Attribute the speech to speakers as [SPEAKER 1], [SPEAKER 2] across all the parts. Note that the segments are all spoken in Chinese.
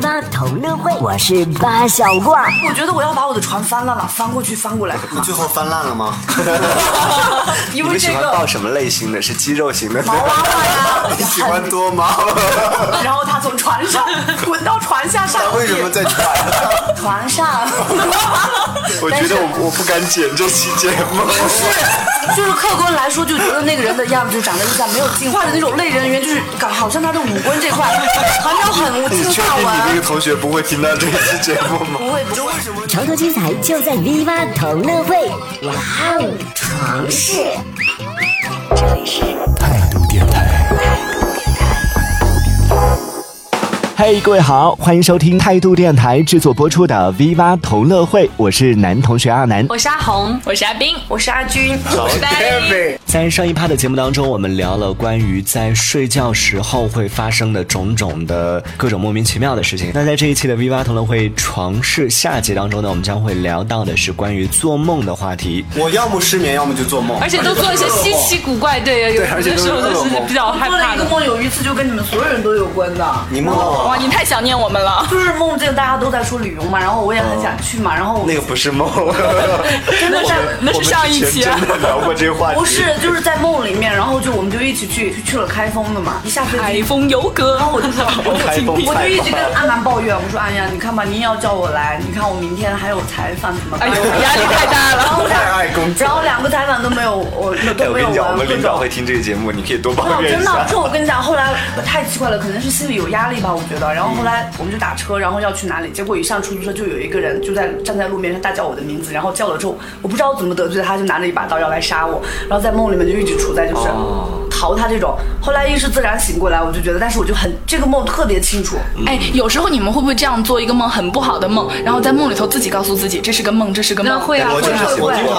[SPEAKER 1] 八同乐会，我是八小怪。
[SPEAKER 2] 我觉得我要把我的船翻烂了，翻过去，翻 过来。
[SPEAKER 3] 你最后翻烂了吗？
[SPEAKER 2] 因
[SPEAKER 3] 你
[SPEAKER 2] 为
[SPEAKER 3] 们喜
[SPEAKER 2] 这
[SPEAKER 3] 欢
[SPEAKER 2] 个
[SPEAKER 3] 抱什么类型的？是肌肉型的？
[SPEAKER 2] 毛啊娃娃呀，
[SPEAKER 3] 你喜欢多毛？
[SPEAKER 2] 然后他从船上滚到船下上
[SPEAKER 3] 他
[SPEAKER 2] 去。
[SPEAKER 3] 为什么在船？
[SPEAKER 2] 船上？
[SPEAKER 3] 我觉得我我不敢剪这期节目。
[SPEAKER 2] 就是客观来说，就觉得那个人的样子就长得一下没有进化的那种类人猿，就是感好像他的五官这块还没有很无
[SPEAKER 3] 你
[SPEAKER 2] 精
[SPEAKER 3] 确
[SPEAKER 2] 打
[SPEAKER 3] 定你那
[SPEAKER 2] 纹
[SPEAKER 3] 个。同学不会听到这期节目 吗？
[SPEAKER 2] 不会不会，
[SPEAKER 1] 潮头精彩就在 V 八同乐会。哇哦，床事。这里是
[SPEAKER 4] 嘿各位好，欢迎收听态度电台制作播出的《V 八同乐会》，我是男同学阿南。
[SPEAKER 5] 我是阿红，我是阿冰，我是阿军，我是
[SPEAKER 3] Kevin
[SPEAKER 4] 在上一趴的节目当中，我们聊了关于在睡觉时候会发生的种种的各种莫名其妙的事情。那在这一期的 V 八同乐会床事下集当中呢，我们将会聊到的是关于做梦的话题。
[SPEAKER 3] 我要么失眠，要么就做梦。
[SPEAKER 6] 哎
[SPEAKER 5] 而且都做一些稀奇古怪，对，有
[SPEAKER 3] 对而且
[SPEAKER 5] 的
[SPEAKER 3] 都是
[SPEAKER 5] 时候都
[SPEAKER 3] 噩
[SPEAKER 5] 是
[SPEAKER 3] 梦
[SPEAKER 5] 比较害
[SPEAKER 2] 做了
[SPEAKER 5] 怕
[SPEAKER 2] 一个
[SPEAKER 5] 的。
[SPEAKER 2] 梦，有一次就跟你们所有人都有关的。
[SPEAKER 3] 你梦啊到我
[SPEAKER 6] 啊
[SPEAKER 5] 哇，你太想念我们了。
[SPEAKER 2] 就是梦见大家都在说旅游嘛，然后我也很想去嘛，然后
[SPEAKER 3] 那个不是梦，
[SPEAKER 2] 真的是
[SPEAKER 5] 那是上一期
[SPEAKER 3] 前
[SPEAKER 5] 啊
[SPEAKER 3] 真的聊过这个话题。
[SPEAKER 2] 不是就是在梦里面，然后就我们就一起去去去了开封的嘛，一下飞
[SPEAKER 5] 海
[SPEAKER 2] 机，
[SPEAKER 5] 风游歌，
[SPEAKER 2] 然后我就说，
[SPEAKER 3] 开封
[SPEAKER 2] 我就一直
[SPEAKER 3] 采
[SPEAKER 2] 跟
[SPEAKER 3] 访
[SPEAKER 2] 阿南抱怨，我说哎呀，你看吧，你也要叫我来，你看我明天还有采访怎么
[SPEAKER 5] 哎
[SPEAKER 2] 办？
[SPEAKER 5] 呦，压力太大
[SPEAKER 2] 然后
[SPEAKER 5] 了。
[SPEAKER 2] 两
[SPEAKER 3] 太爱工 作
[SPEAKER 2] 然后两个采访都没有，我
[SPEAKER 3] 哎
[SPEAKER 2] 都
[SPEAKER 3] 我
[SPEAKER 2] 没
[SPEAKER 3] 跟
[SPEAKER 2] 有
[SPEAKER 3] 你讲，我
[SPEAKER 2] 完，
[SPEAKER 3] 们
[SPEAKER 2] 各
[SPEAKER 3] 领导
[SPEAKER 2] 种。
[SPEAKER 3] 会听这个节目，你可以多抱
[SPEAKER 2] 哦，
[SPEAKER 3] 怨
[SPEAKER 2] 真
[SPEAKER 3] 一
[SPEAKER 2] 的，
[SPEAKER 3] 下。
[SPEAKER 2] 这 我跟你讲，后来太奇怪了，可能是心里有压力吧，我觉得。然后后来
[SPEAKER 3] 嗯
[SPEAKER 2] 我们就打车，然后要去哪里，结果一上出租车就有一个人就在站在路边上大叫我的名字，然后叫了之后，我不知道怎么得罪他，就拿着一把刀要来杀我，然后在梦里面就一直处在就是
[SPEAKER 3] 哦
[SPEAKER 2] 逃他这种。后来意识自然醒过来，我就觉得，但是我就很这个梦特别清楚，
[SPEAKER 6] 哎，有时候你们会不会这样做一个梦，很不好的梦，然后在梦里头自己告诉自己这是个梦，这是个梦？
[SPEAKER 5] 会啊
[SPEAKER 3] 我
[SPEAKER 5] 会
[SPEAKER 3] 就
[SPEAKER 5] 啊
[SPEAKER 3] 是。我经常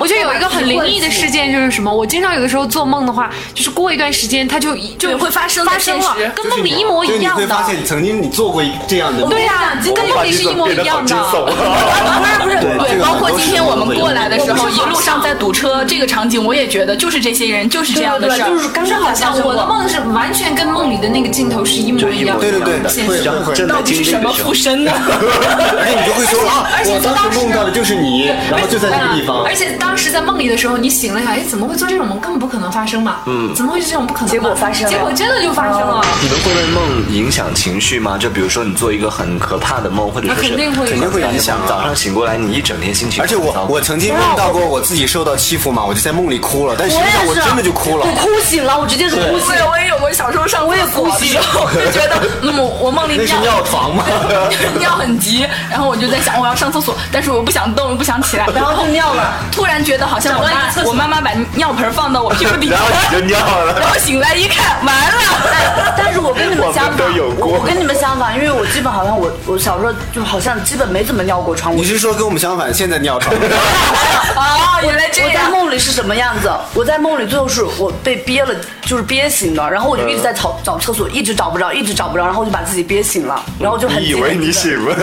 [SPEAKER 5] 而且我觉得有一个很灵异的事件就是什么？我经常有的时候做梦的话，就是过一段时间它就就
[SPEAKER 6] 对会发生在
[SPEAKER 5] 发生了
[SPEAKER 6] 现实，
[SPEAKER 5] 跟梦里一模一样的。
[SPEAKER 3] 现曾经你做过这样的
[SPEAKER 5] 对呀，跟梦里是一模一样的。
[SPEAKER 6] 不是不是，
[SPEAKER 3] 这
[SPEAKER 6] 对，
[SPEAKER 3] 个
[SPEAKER 6] 包
[SPEAKER 3] 很
[SPEAKER 6] 括
[SPEAKER 3] 多
[SPEAKER 6] 今
[SPEAKER 3] 时
[SPEAKER 6] 天
[SPEAKER 3] 候
[SPEAKER 6] 我们
[SPEAKER 3] 会有
[SPEAKER 6] 过来的时候，
[SPEAKER 5] 我们
[SPEAKER 6] 一
[SPEAKER 5] 是好
[SPEAKER 6] 路上在堵车这个场景，我也觉得就是这些人就是这样的事儿，
[SPEAKER 2] 就是刚
[SPEAKER 5] 就
[SPEAKER 2] 才
[SPEAKER 5] 好像我的
[SPEAKER 2] 梦。
[SPEAKER 5] 梦是完全跟梦里的那个镜头是一模一样的。
[SPEAKER 3] 对对对，
[SPEAKER 5] 现
[SPEAKER 3] 会
[SPEAKER 5] 实
[SPEAKER 3] 会会。
[SPEAKER 6] 到底是什么 附身呢？
[SPEAKER 3] 而且你就会 说啊，
[SPEAKER 5] 而且
[SPEAKER 3] 我当时梦到的就是你，然后就在这个地方
[SPEAKER 5] 而。且当时在梦里的时候，你醒了一下，哎，怎么会做这种梦？根本不可能发生嘛。嗯，怎么会是这种不可能嘛？
[SPEAKER 2] 结果发生了
[SPEAKER 5] 结果真的就发生哦了。
[SPEAKER 4] 你们会为梦影响情绪吗？就比如说你做一个很可怕的梦，或者
[SPEAKER 5] 那
[SPEAKER 4] 说是
[SPEAKER 5] 啊肯定会
[SPEAKER 3] 肯定会影响啊
[SPEAKER 4] 早上醒过来，你一整天心情
[SPEAKER 3] 而且
[SPEAKER 4] 很糟
[SPEAKER 3] 我
[SPEAKER 4] 糕
[SPEAKER 3] 我曾经梦到过我自己受到欺负嘛，我就在梦里哭了，但实际上我啊真的就哭 了
[SPEAKER 2] 我。哭醒了，我直接是哭醒
[SPEAKER 6] 对，
[SPEAKER 2] 了。
[SPEAKER 6] 我也有过，小时候上我也哭醒，就觉得嗯，我我梦里
[SPEAKER 3] 那是
[SPEAKER 6] 尿
[SPEAKER 3] 尿床 吗？
[SPEAKER 6] 尿很急，然后我就在想我要上厕所，但是我不想动，又不想起来，然后就尿了。突然觉得好像我妈我妈妈把尿盆放到我屁股底下
[SPEAKER 3] 然，后你就尿了。
[SPEAKER 6] 然后醒来一看，完了。
[SPEAKER 2] 但是我跟你们相
[SPEAKER 3] 我
[SPEAKER 2] 反，
[SPEAKER 3] 们都有过
[SPEAKER 2] 我我跟你们相反，因为我基本好像我我小时候就好像基本没怎么尿过床。我
[SPEAKER 3] 你是说跟我们相反，现在尿床？
[SPEAKER 6] 哦，原来这
[SPEAKER 2] 我在
[SPEAKER 5] 啊
[SPEAKER 6] 样。
[SPEAKER 2] 梦里是什么样子？我在梦里最后是我被憋了，就是憋醒了，然后我就一直
[SPEAKER 3] 嗯
[SPEAKER 2] 在找找厕所，一直找不着，一直找不着，然后我就把自己憋醒了，然后就很
[SPEAKER 3] 你以为你醒了？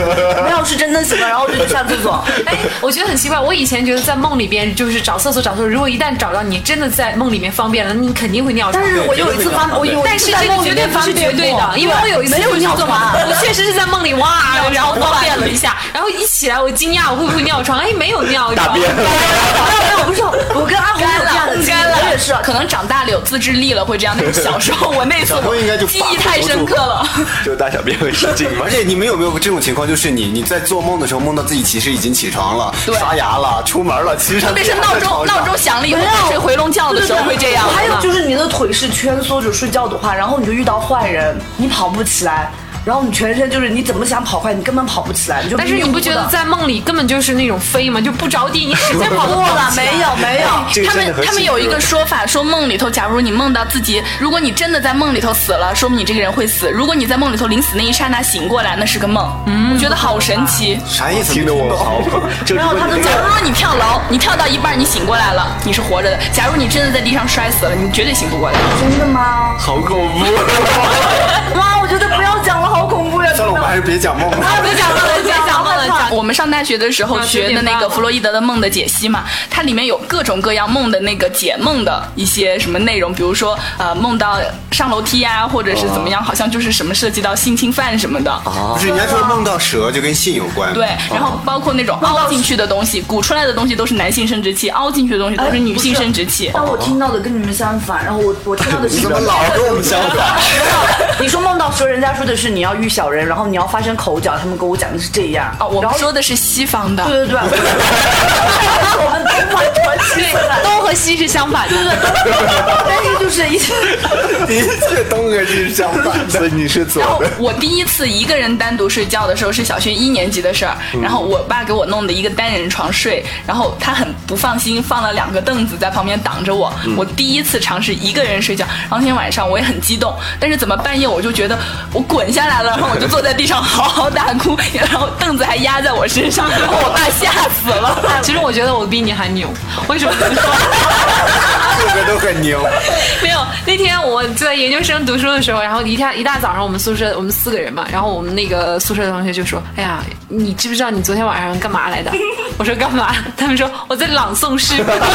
[SPEAKER 2] 没有是真的醒了，然后我就去上厕 所。
[SPEAKER 5] 哎，我觉得很奇怪。我以前觉得在梦里边就是找厕所找厕所，如果一旦找到你真的在梦里面方便了，你肯定会尿床
[SPEAKER 2] 但。是我有一次发，我有一
[SPEAKER 5] 但
[SPEAKER 2] 次
[SPEAKER 5] 是
[SPEAKER 2] 在
[SPEAKER 5] 这个
[SPEAKER 2] 梦里
[SPEAKER 5] 绝对
[SPEAKER 2] 面
[SPEAKER 5] 不是绝对的，因为我有一次
[SPEAKER 2] 没有
[SPEAKER 5] 就是
[SPEAKER 2] 尿
[SPEAKER 5] 做梦
[SPEAKER 2] 床，
[SPEAKER 5] 我确实是在梦里哇，啊 然后
[SPEAKER 6] 尿床
[SPEAKER 5] 方便了一下，然后一起来我惊讶我会不会尿床，哎没有尿床，
[SPEAKER 2] 没有没有不是，我跟阿红
[SPEAKER 6] 干
[SPEAKER 2] 有这样的
[SPEAKER 6] 了，
[SPEAKER 2] 经历，
[SPEAKER 6] 干了，
[SPEAKER 2] 我也是，
[SPEAKER 6] 可能长大了有自制力了会这样， 但是小时候我那次
[SPEAKER 3] 小时候应该就
[SPEAKER 6] 记忆太深刻了。
[SPEAKER 3] 就大小便会失禁而且你们有没有这种情况，就是你你在做梦的时候梦到自己其实已经起床了、刷牙了、出门了，其实
[SPEAKER 6] 特别是闹钟闹钟响了以后，在睡回笼觉的时候会这样。
[SPEAKER 2] 还有就是你的腿是蜷缩着睡觉的话，然后你就遇到坏人，你跑不起来，然后你全身就是你怎么想跑快，你根本跑不起来，你就
[SPEAKER 5] 但是你不觉得在梦里根本就是那种飞吗？就不着地，你使劲跑都
[SPEAKER 2] 过
[SPEAKER 5] 跑
[SPEAKER 2] 了
[SPEAKER 5] 不起来
[SPEAKER 2] 啊没有没有？
[SPEAKER 3] 哎这个
[SPEAKER 6] 他
[SPEAKER 3] 真的
[SPEAKER 6] 们
[SPEAKER 3] 很
[SPEAKER 6] 他们有一个说法，说梦里头，假如你梦到自己，如果你真的在梦里头死了，说明你这个人会死；如果你在梦里头临死那一刹那醒过来，那是个梦。嗯，我觉得好神奇。哦
[SPEAKER 3] 啥意思？听得我好， 就
[SPEAKER 2] 然后他就
[SPEAKER 6] 假如说你跳楼，你跳到一半你醒过来了，你是活着的；假如你真的在地上摔死了，你绝对醒不过来。
[SPEAKER 2] 真的吗？
[SPEAKER 3] 好恐 怖。
[SPEAKER 2] 哇，我觉得不要讲了，好恐怖呀！
[SPEAKER 6] 啊
[SPEAKER 3] 算了，我们还是别讲梦了。
[SPEAKER 5] 别讲了，别讲了，讲
[SPEAKER 6] 我们上大学的时候
[SPEAKER 5] 啊
[SPEAKER 6] 学的
[SPEAKER 5] 9:30
[SPEAKER 6] 那个弗洛伊德的梦的解析嘛，它里面有各种各样梦的那个解梦的一些什么内容，比如说呃梦到上楼梯呀、或者是
[SPEAKER 5] 啊
[SPEAKER 6] 怎么样，好像就是什么涉及到性侵犯什么的。
[SPEAKER 3] 不是人家说梦到蛇就跟性有关，
[SPEAKER 6] 对，
[SPEAKER 5] 啊
[SPEAKER 6] 然后包括那种凹进去的东西，鼓出来的东西都是男性生殖器，凹进去的东西都是女性生殖器。
[SPEAKER 5] 哦
[SPEAKER 2] 但我听到的跟你们相反，然后我我听到的是
[SPEAKER 3] 你怎么老跟我们相反？
[SPEAKER 2] 你说梦到蛇，人家说的是你要遇小人，然后你要发生口角，他们跟我讲的是这样。
[SPEAKER 6] 哦，我
[SPEAKER 2] 然
[SPEAKER 6] 们
[SPEAKER 2] 后
[SPEAKER 6] 说的是西方的，
[SPEAKER 2] 对对对， 我我们东方传奇色彩。
[SPEAKER 5] 东和西是相反的，
[SPEAKER 2] 但是就是一些，
[SPEAKER 3] 你这东哥是相反的，所以你是左
[SPEAKER 6] 然后
[SPEAKER 3] 的。
[SPEAKER 6] 我第一次一个人单独睡觉的时候是小学一年级的事儿，然后我爸给我弄的一个单人床睡，然后他很不放心，放了两个凳子在旁边挡着我。我第一次尝试一个人睡觉，然后那天晚上我也很激动，但是怎么半夜我就觉得我滚下来了，然后我就坐在地上 嚎啕大哭，然后凳子还压在我身上，然后我爸吓死 了。
[SPEAKER 5] 其实 我觉得我比你还牛，为什么这么说？
[SPEAKER 3] 个个都很 牛，
[SPEAKER 5] 没有，那天我在研究生读书的时候，然后一天一大早上，我们宿舍我们四个人嘛，然后我们那个宿舍的同学就说：“哎呀，你知不知道你昨天晚上干嘛来的？”我说：“干嘛？”他们说：“我在朗诵诗歌。”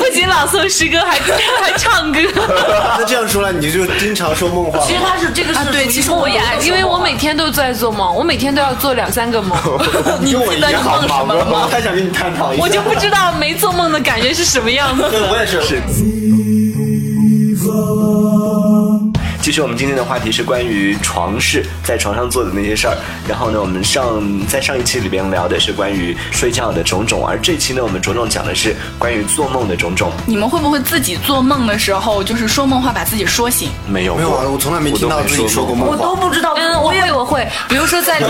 [SPEAKER 5] 不仅朗诵诗歌，还还唱歌。
[SPEAKER 3] 那这样说来，你就经常说梦 话
[SPEAKER 2] 其实
[SPEAKER 3] 吗？
[SPEAKER 2] 他是这个是
[SPEAKER 5] 啊，对，
[SPEAKER 2] 属于
[SPEAKER 5] 其实我也
[SPEAKER 2] 梦
[SPEAKER 5] 爱，
[SPEAKER 2] 的
[SPEAKER 5] 因为我每天都在做梦，我每天都要做两三 个梦，
[SPEAKER 3] 你跟我一样好忙
[SPEAKER 2] 啊
[SPEAKER 3] 啊
[SPEAKER 6] 你记得你梦什么
[SPEAKER 3] 吗？我太想跟你探讨一下。
[SPEAKER 5] 我就不知道没做梦的感觉是什么样 子。
[SPEAKER 2] 啊
[SPEAKER 3] 对，我也是。
[SPEAKER 4] 其实我们今天的话题是关于床事，在床上做的那些事儿。然后呢，我们上在上一期里边聊的是关于睡觉的种种，而这期呢，我们着重讲的是关于做梦的种种。
[SPEAKER 6] 你们会不会自己做梦的时候，就是说梦话把自己说醒？
[SPEAKER 4] 没有
[SPEAKER 3] 没有啊，我从来没听到自己说过。梦
[SPEAKER 2] 我都
[SPEAKER 3] 话。
[SPEAKER 2] 不知道。
[SPEAKER 5] 嗯，我会，我会，比如说在。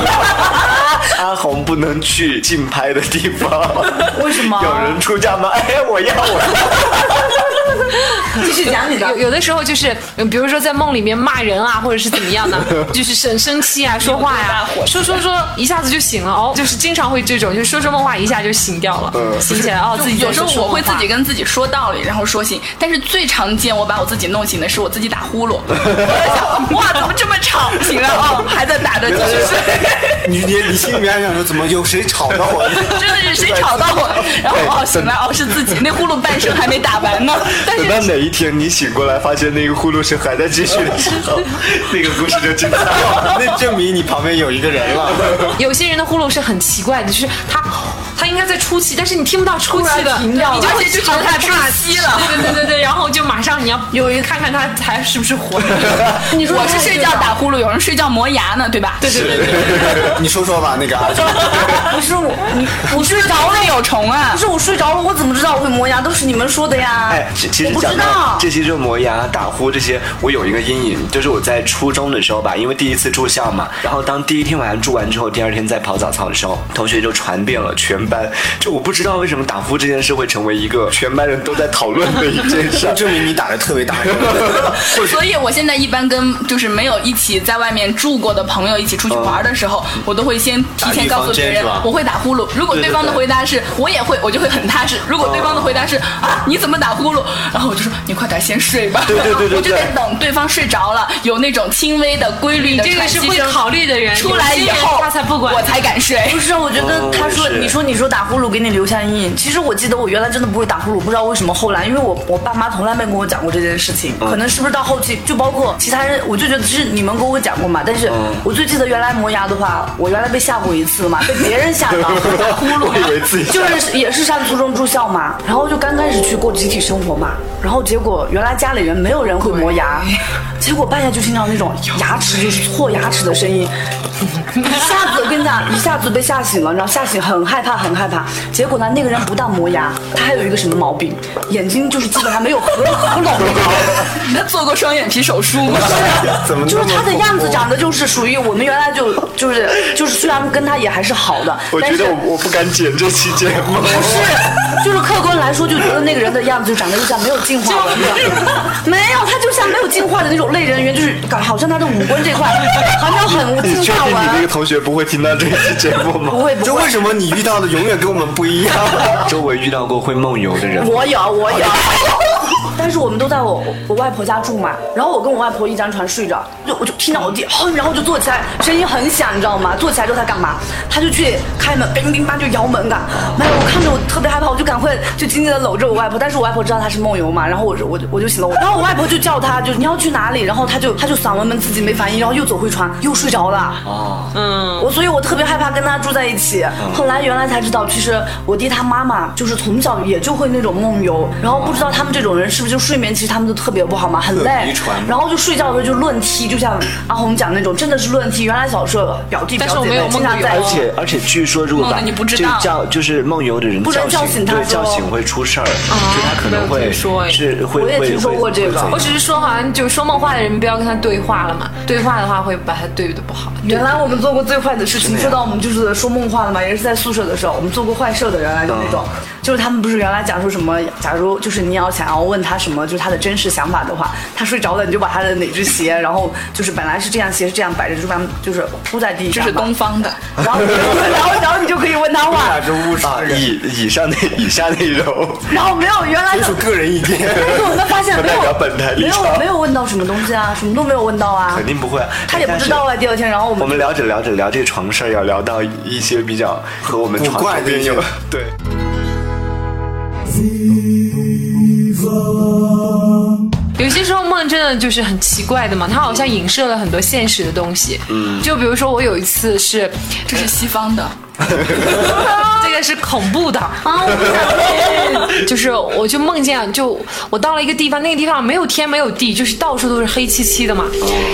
[SPEAKER 4] 阿红不能去竞拍的地方，
[SPEAKER 2] 为什么
[SPEAKER 4] 有人出价吗？哎，我要我
[SPEAKER 2] 继续讲你的
[SPEAKER 5] 有。有的时候就是，嗯比如说在梦里面骂人啊，或者是怎么样呢，就是生生气啊，说话呀、说说说一下子就醒了哦，就是经常会这种，就说说梦话一下就醒掉了，醒起来哦，自己在
[SPEAKER 6] 有时候
[SPEAKER 5] 说
[SPEAKER 6] 我会
[SPEAKER 5] 梦话
[SPEAKER 6] 自己跟自己说道理，然后说醒。但是最常见我把我自己弄醒的是我自己打呼噜。 我在想，哇，怎么这么吵？醒了哦，还在打着，继续 睡。
[SPEAKER 3] 你你你心里面还想说，怎么有谁吵到我？
[SPEAKER 6] 真的是谁吵到我？然后哦，醒来哦，是自己。那呼噜半声还没打完呢。但
[SPEAKER 4] 等到
[SPEAKER 6] 是
[SPEAKER 4] 哪一天你醒过来，发现那个呼噜声还在继续的时 候，那个故事就精彩了。
[SPEAKER 3] 那证明你旁边有一个人了。
[SPEAKER 5] 有些人的呼噜是很奇怪的，就是他他应该在出气，但是你听不到出气的，
[SPEAKER 2] 停掉了
[SPEAKER 5] 你就
[SPEAKER 2] 而
[SPEAKER 5] 会
[SPEAKER 6] 且就
[SPEAKER 5] 超
[SPEAKER 6] 觉得
[SPEAKER 5] 害
[SPEAKER 6] 他
[SPEAKER 5] 怕
[SPEAKER 6] 窒息了
[SPEAKER 5] 对对对对，然后就马上你要有一个看看他还是不是活着。
[SPEAKER 2] 你说
[SPEAKER 6] 我是睡觉打呼噜，有人睡觉磨牙呢，对吧？对对 对，
[SPEAKER 3] 你说说吧，那个啊阿朱。
[SPEAKER 2] 不是我，你
[SPEAKER 6] 你是不是脑里有虫啊
[SPEAKER 2] 不？是我睡着了，我怎么知道我会磨牙？都是你们说的呀。
[SPEAKER 4] 哎，其其实
[SPEAKER 2] 我不
[SPEAKER 4] 讲
[SPEAKER 2] 知
[SPEAKER 4] 到
[SPEAKER 2] 道。
[SPEAKER 4] 这些热磨牙、打呼这些，我有一个阴影，就是我在初中的时候吧，因为第一次住校嘛，然后当第一天晚上住完之后，第二天在跑早操的时候，同学就传遍了全班。就我不知道为什么打呼这件事会成为一个全班人都在讨论的一件事
[SPEAKER 3] 证明你打的特别大声。
[SPEAKER 6] 所以，我现在一般跟就是没有一起在外面住过的朋友一起出去玩的时候，我都会先提前告诉
[SPEAKER 3] 打预防针
[SPEAKER 6] 别人
[SPEAKER 3] 是吧
[SPEAKER 6] 我会打呼噜。如果对方的回答是我也会，我就会很踏实；如果对方的回答是啊你怎么打呼噜，然后我就说你快点先睡吧。
[SPEAKER 4] 对对对对对
[SPEAKER 6] 我就得等对方睡着了，有那种轻微的规律的
[SPEAKER 5] 这个是
[SPEAKER 6] 喘息
[SPEAKER 5] 会
[SPEAKER 6] 声
[SPEAKER 5] 考虑的人，
[SPEAKER 6] 出来
[SPEAKER 5] 有
[SPEAKER 6] 以
[SPEAKER 5] 些人
[SPEAKER 6] 后，
[SPEAKER 5] 他才不管
[SPEAKER 6] 我。才敢睡。
[SPEAKER 2] 不是，我觉得他说，
[SPEAKER 4] 哦是
[SPEAKER 2] 你说你说打呼噜给你留下阴影。其实我记得我原来真的不会打呼噜，不知道为什么后来，因为我我爸妈从来没跟我讲过这件事情，
[SPEAKER 4] 嗯
[SPEAKER 2] 可能是不是到后期，就包括其他人，我就觉得是你们跟我讲过嘛。但是
[SPEAKER 4] 嗯
[SPEAKER 2] 我最记得原来磨牙的话，我原来被吓过一次嘛，被别人 吓到打呼噜，
[SPEAKER 4] 我以为自己
[SPEAKER 2] 就是也是上初中住校嘛，然后就刚开始去过集体生活嘛，然后结果原来家里人没有人会磨牙，结果半夜就听到那种牙齿就是搓牙齿的声音，一下子我跟你讲，一下子被吓醒了，然后吓醒很害怕很害怕。结果呢，那个人不但磨牙，他还有一个什么毛病，眼睛就是基本上没有合合拢。
[SPEAKER 6] 你他做过双眼皮手术吗？
[SPEAKER 3] 怎么那么
[SPEAKER 2] 就是他的样子
[SPEAKER 3] 恐怖
[SPEAKER 2] 长得就是属于我们原来就就是就是虽然跟他也还是好的，
[SPEAKER 4] 我
[SPEAKER 2] 但
[SPEAKER 4] 觉
[SPEAKER 2] 是
[SPEAKER 4] 得我我不敢剪这期节目。
[SPEAKER 2] 不是，就是客观来说，就觉得那个人的样子就长得就像没有进化的，没有，他就像没有进化的那种类人猿，就是感好像他的五官 这块还没有很
[SPEAKER 4] 你
[SPEAKER 2] 进
[SPEAKER 4] 确
[SPEAKER 2] 化
[SPEAKER 4] 定你那
[SPEAKER 2] 完
[SPEAKER 4] 个，同学不会听到这一期节目吗？
[SPEAKER 2] 不会不
[SPEAKER 3] 就
[SPEAKER 2] 会
[SPEAKER 3] 为，什么你遇到的永远跟我们不一样？
[SPEAKER 4] 周围遇到过会梦游的人吗，
[SPEAKER 2] 我有我有， 但是我们都在我我外婆家住嘛，然后我跟我外婆一张床睡着，就我就听到我弟，哼，然后我就坐起来，声音很响，你知道吗？坐起来之后他干嘛？他就去开门，叮叮吧就摇门啊，没有，我看着我特别害怕，我就赶快就紧紧的搂着我外婆，但是我外婆知道她是梦游嘛，然后我就我就我就醒了，我然后我外婆就叫他，就你要去哪里？然后他就他就嗓文们自己没反应，然后又走回床，又睡着了。我所以，我特别害怕跟他住在一起。后来原来才知道，其实我弟他妈妈就是从小也就会那种梦游，然后不知道他们这种人是不是就睡眠，其实他们都特别不好嘛，很累
[SPEAKER 3] 遗传嘛。
[SPEAKER 2] 然后就睡觉的时候就论踢，就像阿红讲那种，真的是论踢。原来小时候表弟
[SPEAKER 5] 但是
[SPEAKER 2] 表
[SPEAKER 5] 我
[SPEAKER 2] 姐
[SPEAKER 5] 没有
[SPEAKER 2] 妹
[SPEAKER 5] 梦
[SPEAKER 2] 经常
[SPEAKER 5] 游
[SPEAKER 2] 在一
[SPEAKER 5] 而
[SPEAKER 4] 而
[SPEAKER 2] 起。
[SPEAKER 4] 且而且，据说如果
[SPEAKER 6] 梦
[SPEAKER 4] 把
[SPEAKER 6] 的你不知
[SPEAKER 4] 这
[SPEAKER 6] 道
[SPEAKER 4] 叫就是梦游的人
[SPEAKER 2] 不能
[SPEAKER 4] 叫
[SPEAKER 2] 叫醒他
[SPEAKER 4] 对，
[SPEAKER 2] 说啊
[SPEAKER 4] 叫醒会出事儿，就他可能
[SPEAKER 5] 没有
[SPEAKER 4] 会
[SPEAKER 5] 听说哎
[SPEAKER 4] 是会
[SPEAKER 2] 我也
[SPEAKER 4] 会
[SPEAKER 2] 听说
[SPEAKER 4] 会
[SPEAKER 2] 过这
[SPEAKER 4] 会
[SPEAKER 2] 个
[SPEAKER 4] 怎么
[SPEAKER 5] 我只是说，好像就是说梦话的人不要跟他对话了嘛，对话的话会把他对的不好。
[SPEAKER 2] 原来我们做过最坏的事情，说到我们就是说梦话了嘛，也是在宿舍的时候，我们做过坏事的，原来就那
[SPEAKER 4] 嗯
[SPEAKER 2] 种，就是他们不是原来讲说什么，假如就是你要想要问他什么，就是他的真实想法的话，他睡着了，你就把他的哪只鞋，然后就是本来是这样鞋是这样摆着，就把它就是铺在地
[SPEAKER 6] 这
[SPEAKER 2] 上，
[SPEAKER 6] 是东，方的，
[SPEAKER 2] 然后然后然后你就可以问他话，
[SPEAKER 3] 这物质
[SPEAKER 4] 啊，以以上那以下内容，
[SPEAKER 2] 然后没有原来
[SPEAKER 3] 纯
[SPEAKER 2] 的
[SPEAKER 3] 属。个人意见，
[SPEAKER 2] 但是我们发现
[SPEAKER 4] 不
[SPEAKER 2] 没
[SPEAKER 4] 代
[SPEAKER 2] 有
[SPEAKER 4] 表本台立
[SPEAKER 2] 没有
[SPEAKER 4] 场
[SPEAKER 2] 没有问到什么东西啊，什么都没有问到啊，
[SPEAKER 4] 肯定不会啊。
[SPEAKER 2] 他也不
[SPEAKER 4] 但是
[SPEAKER 2] 知道啊。第二天，然后我
[SPEAKER 4] 我
[SPEAKER 2] 们
[SPEAKER 4] 们聊着聊着聊这床事儿，要聊到一些比较和我们
[SPEAKER 3] 古
[SPEAKER 4] 床
[SPEAKER 3] 怪的
[SPEAKER 4] 边
[SPEAKER 3] 一些
[SPEAKER 4] 有对。
[SPEAKER 5] 有些时候梦真的就是很奇怪的嘛，它好像影射了很多现实的东西。嗯，就比如说我有一次是，呃
[SPEAKER 6] 这是西方的，
[SPEAKER 5] 这个是恐怖的啊，我不想就是我就梦见就我到了一个地方，那个地方没有天没有地，就是到处都是黑漆漆的嘛。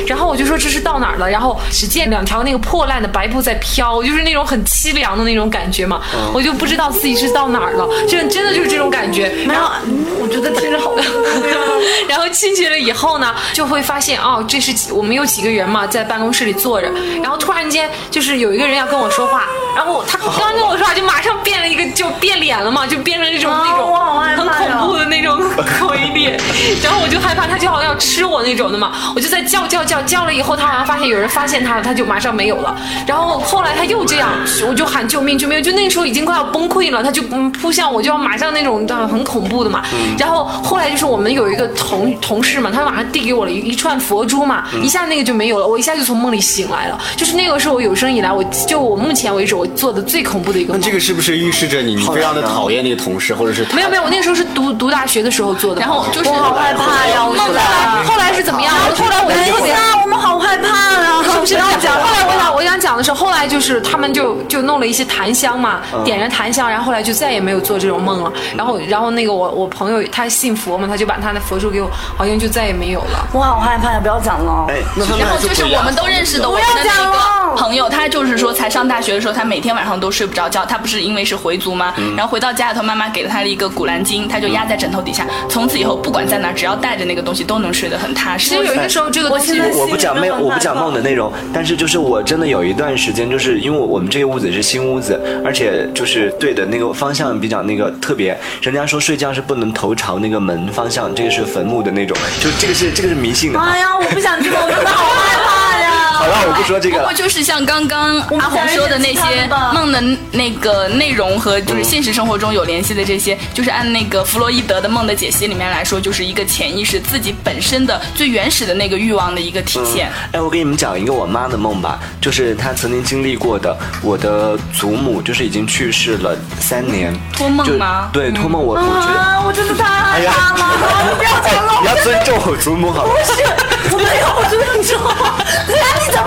[SPEAKER 5] 然后我就说这是到哪儿了，然后只见两条那个破烂的白布在飘，就是那种很凄凉的那种感觉嘛。我就不知道自己是到哪儿了，就真的就是这种感觉。
[SPEAKER 2] 没有，嗯我觉得听着好无聊啊。
[SPEAKER 5] 然后进去了以后呢，就会发现哦，这是几我们有几个人嘛，在办公室里坐着，然后突然间就是有一个人要跟我说话，然后他刚跟我说话就马上变了一个就变脸了嘛，就变成这种、
[SPEAKER 2] 啊
[SPEAKER 5] 那
[SPEAKER 2] 我好害
[SPEAKER 5] 种
[SPEAKER 2] 怕
[SPEAKER 5] 很
[SPEAKER 2] 呀
[SPEAKER 5] 恐怖的那种鬼脸，然后我就害怕他就好像要吃我那种的嘛，我就在叫叫叫叫了以后，他好像发现有人发现他了，他就马上没有了，然后后来他又这样，我就喊救命救命，就那个时候已经快要崩溃了，他就嗯扑向我，就要马上那种呃很恐怖的嘛，然后后来就是我们有一个同同事嘛，他晚上递给我了一一串佛珠嘛，一下那个就没有了，我一下就从梦里醒来了，就是那个是我有生以来我就我目前为止我做的最恐怖的一个梦。
[SPEAKER 3] 这个是不是预示着你你非常的讨厌那个同事，或者是他
[SPEAKER 5] 没有没有，我那个时候是读读大学的时候做的梦，
[SPEAKER 6] 然后就是
[SPEAKER 2] 我好害怕呀！我
[SPEAKER 5] 那后来后来是怎么样？后来我就特别
[SPEAKER 2] 啊，我们好害怕啊！
[SPEAKER 5] 是不是？后
[SPEAKER 2] 要讲
[SPEAKER 5] 来我想我想讲的是，后来就是他们就就弄了一些檀香嘛，
[SPEAKER 3] 嗯
[SPEAKER 5] 点燃檀香，然后后来就再也没有做这种梦了。然后然后那个我我朋友他信佛嘛，他就把他的佛珠给我，好像就再也没有了。
[SPEAKER 2] 我好害怕呀！不要讲了。
[SPEAKER 4] 哎，那他们
[SPEAKER 6] 然后
[SPEAKER 4] 还
[SPEAKER 6] 就是
[SPEAKER 4] 不一样
[SPEAKER 6] 我们都认识的，我们的
[SPEAKER 2] 不要讲
[SPEAKER 6] 那
[SPEAKER 2] 了
[SPEAKER 6] 个朋友，他就是说才上大学的时候，他每天晚上都睡不着觉。他不是因为是回族吗？
[SPEAKER 4] 嗯
[SPEAKER 6] 然后回到家里头，妈妈给了他一个古兰经，他就压在枕头底下。从此以后，不管在哪，只要带着那个东西，都能睡得很踏实
[SPEAKER 5] 其。实有些时候这个东西
[SPEAKER 2] 我现在
[SPEAKER 4] 我不讲
[SPEAKER 2] 心
[SPEAKER 4] 妹，
[SPEAKER 2] 里面
[SPEAKER 4] 我不讲梦的内容，但是就是我真的有一段时间，就是因为我们这个屋子是新屋子，而且就是对的那个方向比较那个特别，人家说睡觉是不能头朝那个门方向，这个是坟墓的那种，就这个是这个是迷信的。
[SPEAKER 2] 哎呀，我不想听了，我真的好害怕呀！
[SPEAKER 4] 好了，我不说这个
[SPEAKER 6] 不过
[SPEAKER 4] 了。
[SPEAKER 6] 就是像刚刚
[SPEAKER 2] 我们
[SPEAKER 6] 阿红说的那
[SPEAKER 2] 讲一些
[SPEAKER 6] 些
[SPEAKER 2] 其他的吧
[SPEAKER 6] 梦的那个内容和就是现实生活中有联系的这
[SPEAKER 4] 嗯
[SPEAKER 6] 些，就是按那个弗洛伊德的梦的解析里面来说，就是一个潜意识自己本身的最原始的那个欲望的一个体现。
[SPEAKER 4] 哎，我给你们讲一个我妈的梦吧，就是她曾经经历过的。我的祖母就是已经去世了三年，
[SPEAKER 6] 托梦
[SPEAKER 4] 就
[SPEAKER 6] 吗
[SPEAKER 4] 对，托梦我我觉得。
[SPEAKER 2] 啊，我真的太
[SPEAKER 3] 哎
[SPEAKER 2] 害怕了！你不要
[SPEAKER 4] 哎
[SPEAKER 2] 讲了，
[SPEAKER 4] 你要尊重我祖母好吗？
[SPEAKER 2] 我没有，我尊重。哎呀，你怎 么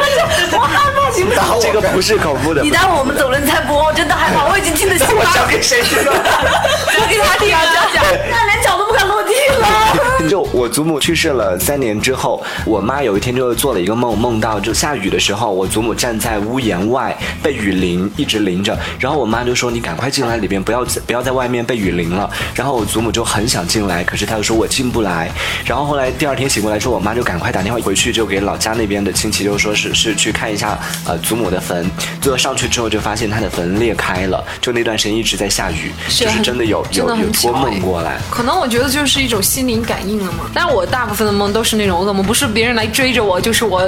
[SPEAKER 2] 就我害怕？行不行？
[SPEAKER 4] 这个不是恐怖的
[SPEAKER 2] 你，待会儿我们走了，你再播，我真的害怕，我已经听得心
[SPEAKER 4] 我
[SPEAKER 2] 烦。
[SPEAKER 4] 讲给谁听啊？
[SPEAKER 2] 我给他听啊，讲讲，那连脚都不敢落地
[SPEAKER 4] 哎
[SPEAKER 2] 了。
[SPEAKER 4] 就我祖母去世了三年之后，我妈有一天就做了一个梦，梦到就下雨的时候，我祖母站在屋檐外被雨淋，一直淋着。然后我妈就说：“你赶快进来里边，不要不要在外面被雨淋了。”然后我祖母就很想进来，可是她又说我进不来。然后后来第二天醒过来之后，我妈就赶快打电话回去，就给老家那边的亲戚就说是是去看一下呃祖母的坟。最后上去之后就发现她的坟裂开了，就那段时间一直在下雨，
[SPEAKER 5] 是
[SPEAKER 4] 就是
[SPEAKER 5] 很
[SPEAKER 4] 真的有
[SPEAKER 5] 真
[SPEAKER 4] 有
[SPEAKER 5] 的
[SPEAKER 4] 有
[SPEAKER 5] 很
[SPEAKER 4] 托
[SPEAKER 5] 巧哎
[SPEAKER 4] 梦过来。
[SPEAKER 5] 可能我觉得就是一种心灵感应的梦。但是我大部分的梦都是那种噩梦，不是别人来追着我，就是我，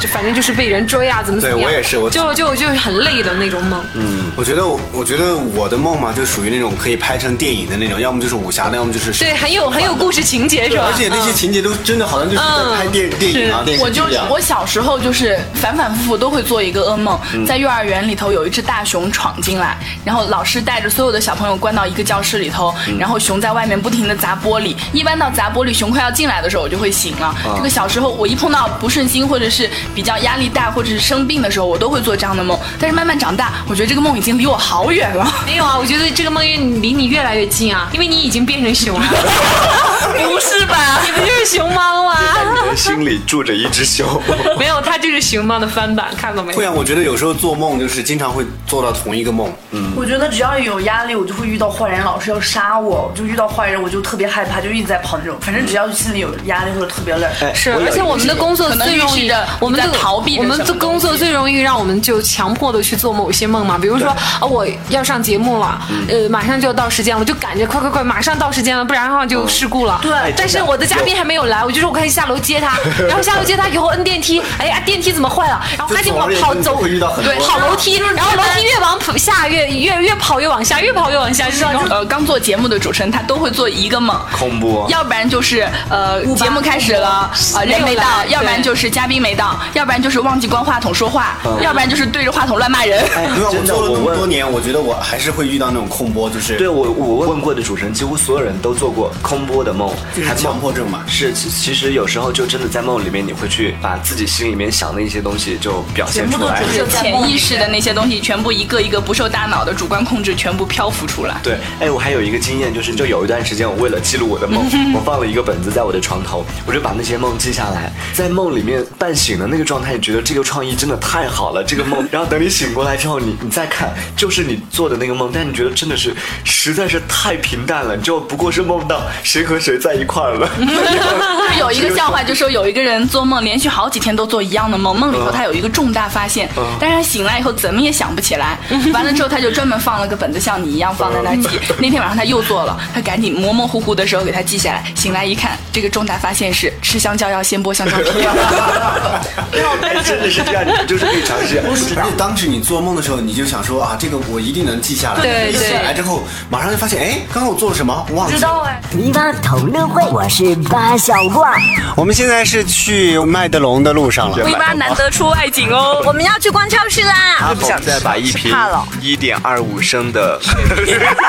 [SPEAKER 5] 就反正就是被人追啊，怎么怎么样。
[SPEAKER 3] 对我也是我
[SPEAKER 5] 就就就是很累的那种梦。
[SPEAKER 3] 嗯，我觉得我我觉得我的梦嘛，就属于那种可以拍成电影的那种，要么就是武侠的，要么就是
[SPEAKER 5] 对，很有很有故事情节是吧？
[SPEAKER 3] 而且那些
[SPEAKER 5] 嗯
[SPEAKER 3] 情节都真的好像就是在拍电、电影啊，电视
[SPEAKER 6] 嗯我
[SPEAKER 3] 剧
[SPEAKER 6] 就
[SPEAKER 3] 这样。
[SPEAKER 6] 我小时候就是反反复复都会做一个噩梦，
[SPEAKER 3] 嗯
[SPEAKER 6] 在幼儿园里头有一只大熊闯进来，然后老师带着所有的小朋友关到一个教室里头，
[SPEAKER 3] 嗯
[SPEAKER 6] 然后熊在外面不停的砸玻璃，一般到砸玻璃熊快要进来的时候我就会醒了。
[SPEAKER 3] 啊
[SPEAKER 6] 这个小时候我一碰到不顺心或者是比较压力大或者是生病的时候，我都会做这样的梦。但是慢慢长大，我觉得这个梦已经离我好远了。
[SPEAKER 5] 没有啊，我觉得这个梦越离你越来越近啊，因为你已经变成熊了。 不是吧？你不就是熊猫吗？
[SPEAKER 3] 你的心里住着一只熊。
[SPEAKER 5] 没有，它就是熊猫的翻版，看到没
[SPEAKER 3] 会
[SPEAKER 5] 有？
[SPEAKER 3] 啊，我觉得有时候做梦就是经常会做到同一个梦。嗯，
[SPEAKER 2] 我觉得只要有压力，我就会遇到坏人，老是要杀我，就遇到坏人我就特别害怕，就一直在跑那种。反正只要心里有压力或者特别累，
[SPEAKER 5] 是，
[SPEAKER 3] 我有
[SPEAKER 5] 而且我们的工作
[SPEAKER 6] 可能
[SPEAKER 5] 最容
[SPEAKER 6] 预示
[SPEAKER 5] 易
[SPEAKER 6] 着，
[SPEAKER 5] 我们
[SPEAKER 6] 你在
[SPEAKER 5] 的
[SPEAKER 6] 逃避着
[SPEAKER 5] 我们
[SPEAKER 6] 什
[SPEAKER 5] 的
[SPEAKER 6] 么
[SPEAKER 5] 工作最容易让我们就强迫的去做某些梦嘛。比如说，啊，我要上节目了，呃，马上就要到时间了，我就赶着快快快，马上到时间了，不然的话就事故了。
[SPEAKER 2] 对哎
[SPEAKER 5] 但是我的嘉宾还没有来，我就说我可以下楼接他，然后下楼接他以后摁电梯，哎呀，电梯怎么坏了？然后赶紧往跑
[SPEAKER 3] 就总而言之
[SPEAKER 5] 走，
[SPEAKER 3] 会遇到很多
[SPEAKER 5] 对，跑楼梯，然后楼梯越往下越越越跑越往下，越跑越往下，就是那种
[SPEAKER 6] 呃，刚做节目的主持人他都会做一个梦，
[SPEAKER 3] 恐怖。
[SPEAKER 6] 要不然就是呃
[SPEAKER 5] 八
[SPEAKER 6] 节目开始了，呃人没
[SPEAKER 5] 没有
[SPEAKER 6] 到
[SPEAKER 5] 来，
[SPEAKER 6] 要不然
[SPEAKER 5] 对
[SPEAKER 6] 就是嘉宾没到，要不然就是忘记关话筒说话，要不然就是对着话筒乱骂 人。
[SPEAKER 3] 对啊，我
[SPEAKER 4] 哎真的
[SPEAKER 3] 做了那
[SPEAKER 4] 我
[SPEAKER 3] 么
[SPEAKER 4] 问
[SPEAKER 3] 多年，我觉得我还是会遇到那种空播，就是
[SPEAKER 4] 对我我问过的主持人，几乎所有人都做过空播的梦，
[SPEAKER 3] 就是强迫症嘛。
[SPEAKER 4] 是，其其实有时候就真的在梦里面，你会去把自己心里面想的一些东西就表现出来
[SPEAKER 2] 全。部都
[SPEAKER 6] 就潜意识的那些东西，全部一个一个不受大脑的主观控制，全部漂浮出来。
[SPEAKER 4] 对，哎，我还有一个经验，就是就有一段时间，我为了记录我的梦，我放了一个本子在我的床头，我就把那些梦记下来，在梦里面半醒的那个状态，你觉得这个创意真的太好了，这个梦，然后等你醒过来之后，你你再看，就是你做的那个梦，但你觉得真的是实在是太平淡了，你就不过是梦到谁和谁在一块儿了。
[SPEAKER 6] 就是有一个笑话，就说有一个人做梦，连续好几天都做一样的梦，梦里头他有一个重大发现，但是他醒来以后怎么也想不起来。完了之后，他就专门放了个本子，像你一样放在那儿记。那天晚上他又做了，他赶紧模模糊糊的时候给他记下来。醒来一看，这个重大发现是吃香蕉要先剥香蕉 皮。
[SPEAKER 4] 哎，真的是这样，你就是可以尝试。
[SPEAKER 3] 而且当时你做梦的时候，你就想说啊，这个我一定能记下来。
[SPEAKER 5] 对
[SPEAKER 3] 一醒
[SPEAKER 5] 对
[SPEAKER 3] 来之后，马上就发现，哎，刚刚我做了什么？忘记了。
[SPEAKER 5] 哎。
[SPEAKER 1] 泥巴同乐会，我是八小怪。
[SPEAKER 3] 我们现在是去麦德龙的路上了。
[SPEAKER 7] V 八难得出外景哦，我们要去逛超市啦。
[SPEAKER 4] 阿宝啊再把一瓶
[SPEAKER 7] 怕了
[SPEAKER 4] 一点二五升的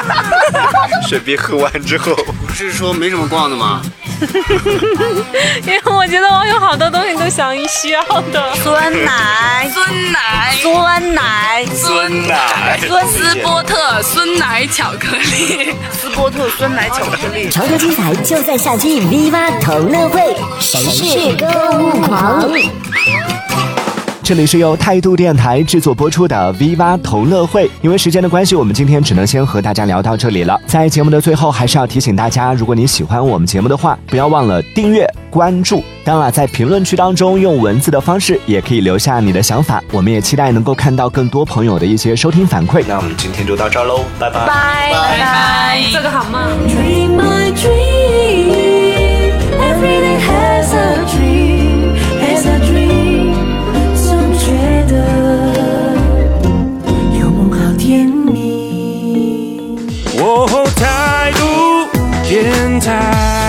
[SPEAKER 4] 水啤喝完之后，
[SPEAKER 3] 不是说没什么逛的吗？
[SPEAKER 7] 因为我觉得我有好多东西都想需要的，酸奶、
[SPEAKER 6] 酸
[SPEAKER 7] 酸
[SPEAKER 6] 奶、
[SPEAKER 7] 奶、
[SPEAKER 6] 酸奶、斯波特酸奶巧克力。
[SPEAKER 2] 斯波特酸奶巧克力。
[SPEAKER 1] 潮州机台就在夏季 V 八同乐会，谁是购物狂？
[SPEAKER 4] 这里是由态度电台制作播出的 V 八同乐会。因为时间的关系，我们今天只能先和大家聊到这里了。在节目的最后，还是要提醒大家，如果你喜欢我们节目的话，不要忘了订阅、关注。当然了，在评论区当中用文字的方式也可以留下你的想法，我们也期待能够看到更多朋友的一些收听反馈。那我们今天就到这儿喽，拜拜。
[SPEAKER 7] 拜拜。
[SPEAKER 5] 做个好梦。
[SPEAKER 8] dream my dream. Every day has a dream, has a dream. 总觉得有梦好甜蜜。
[SPEAKER 9] 哦，态度电台。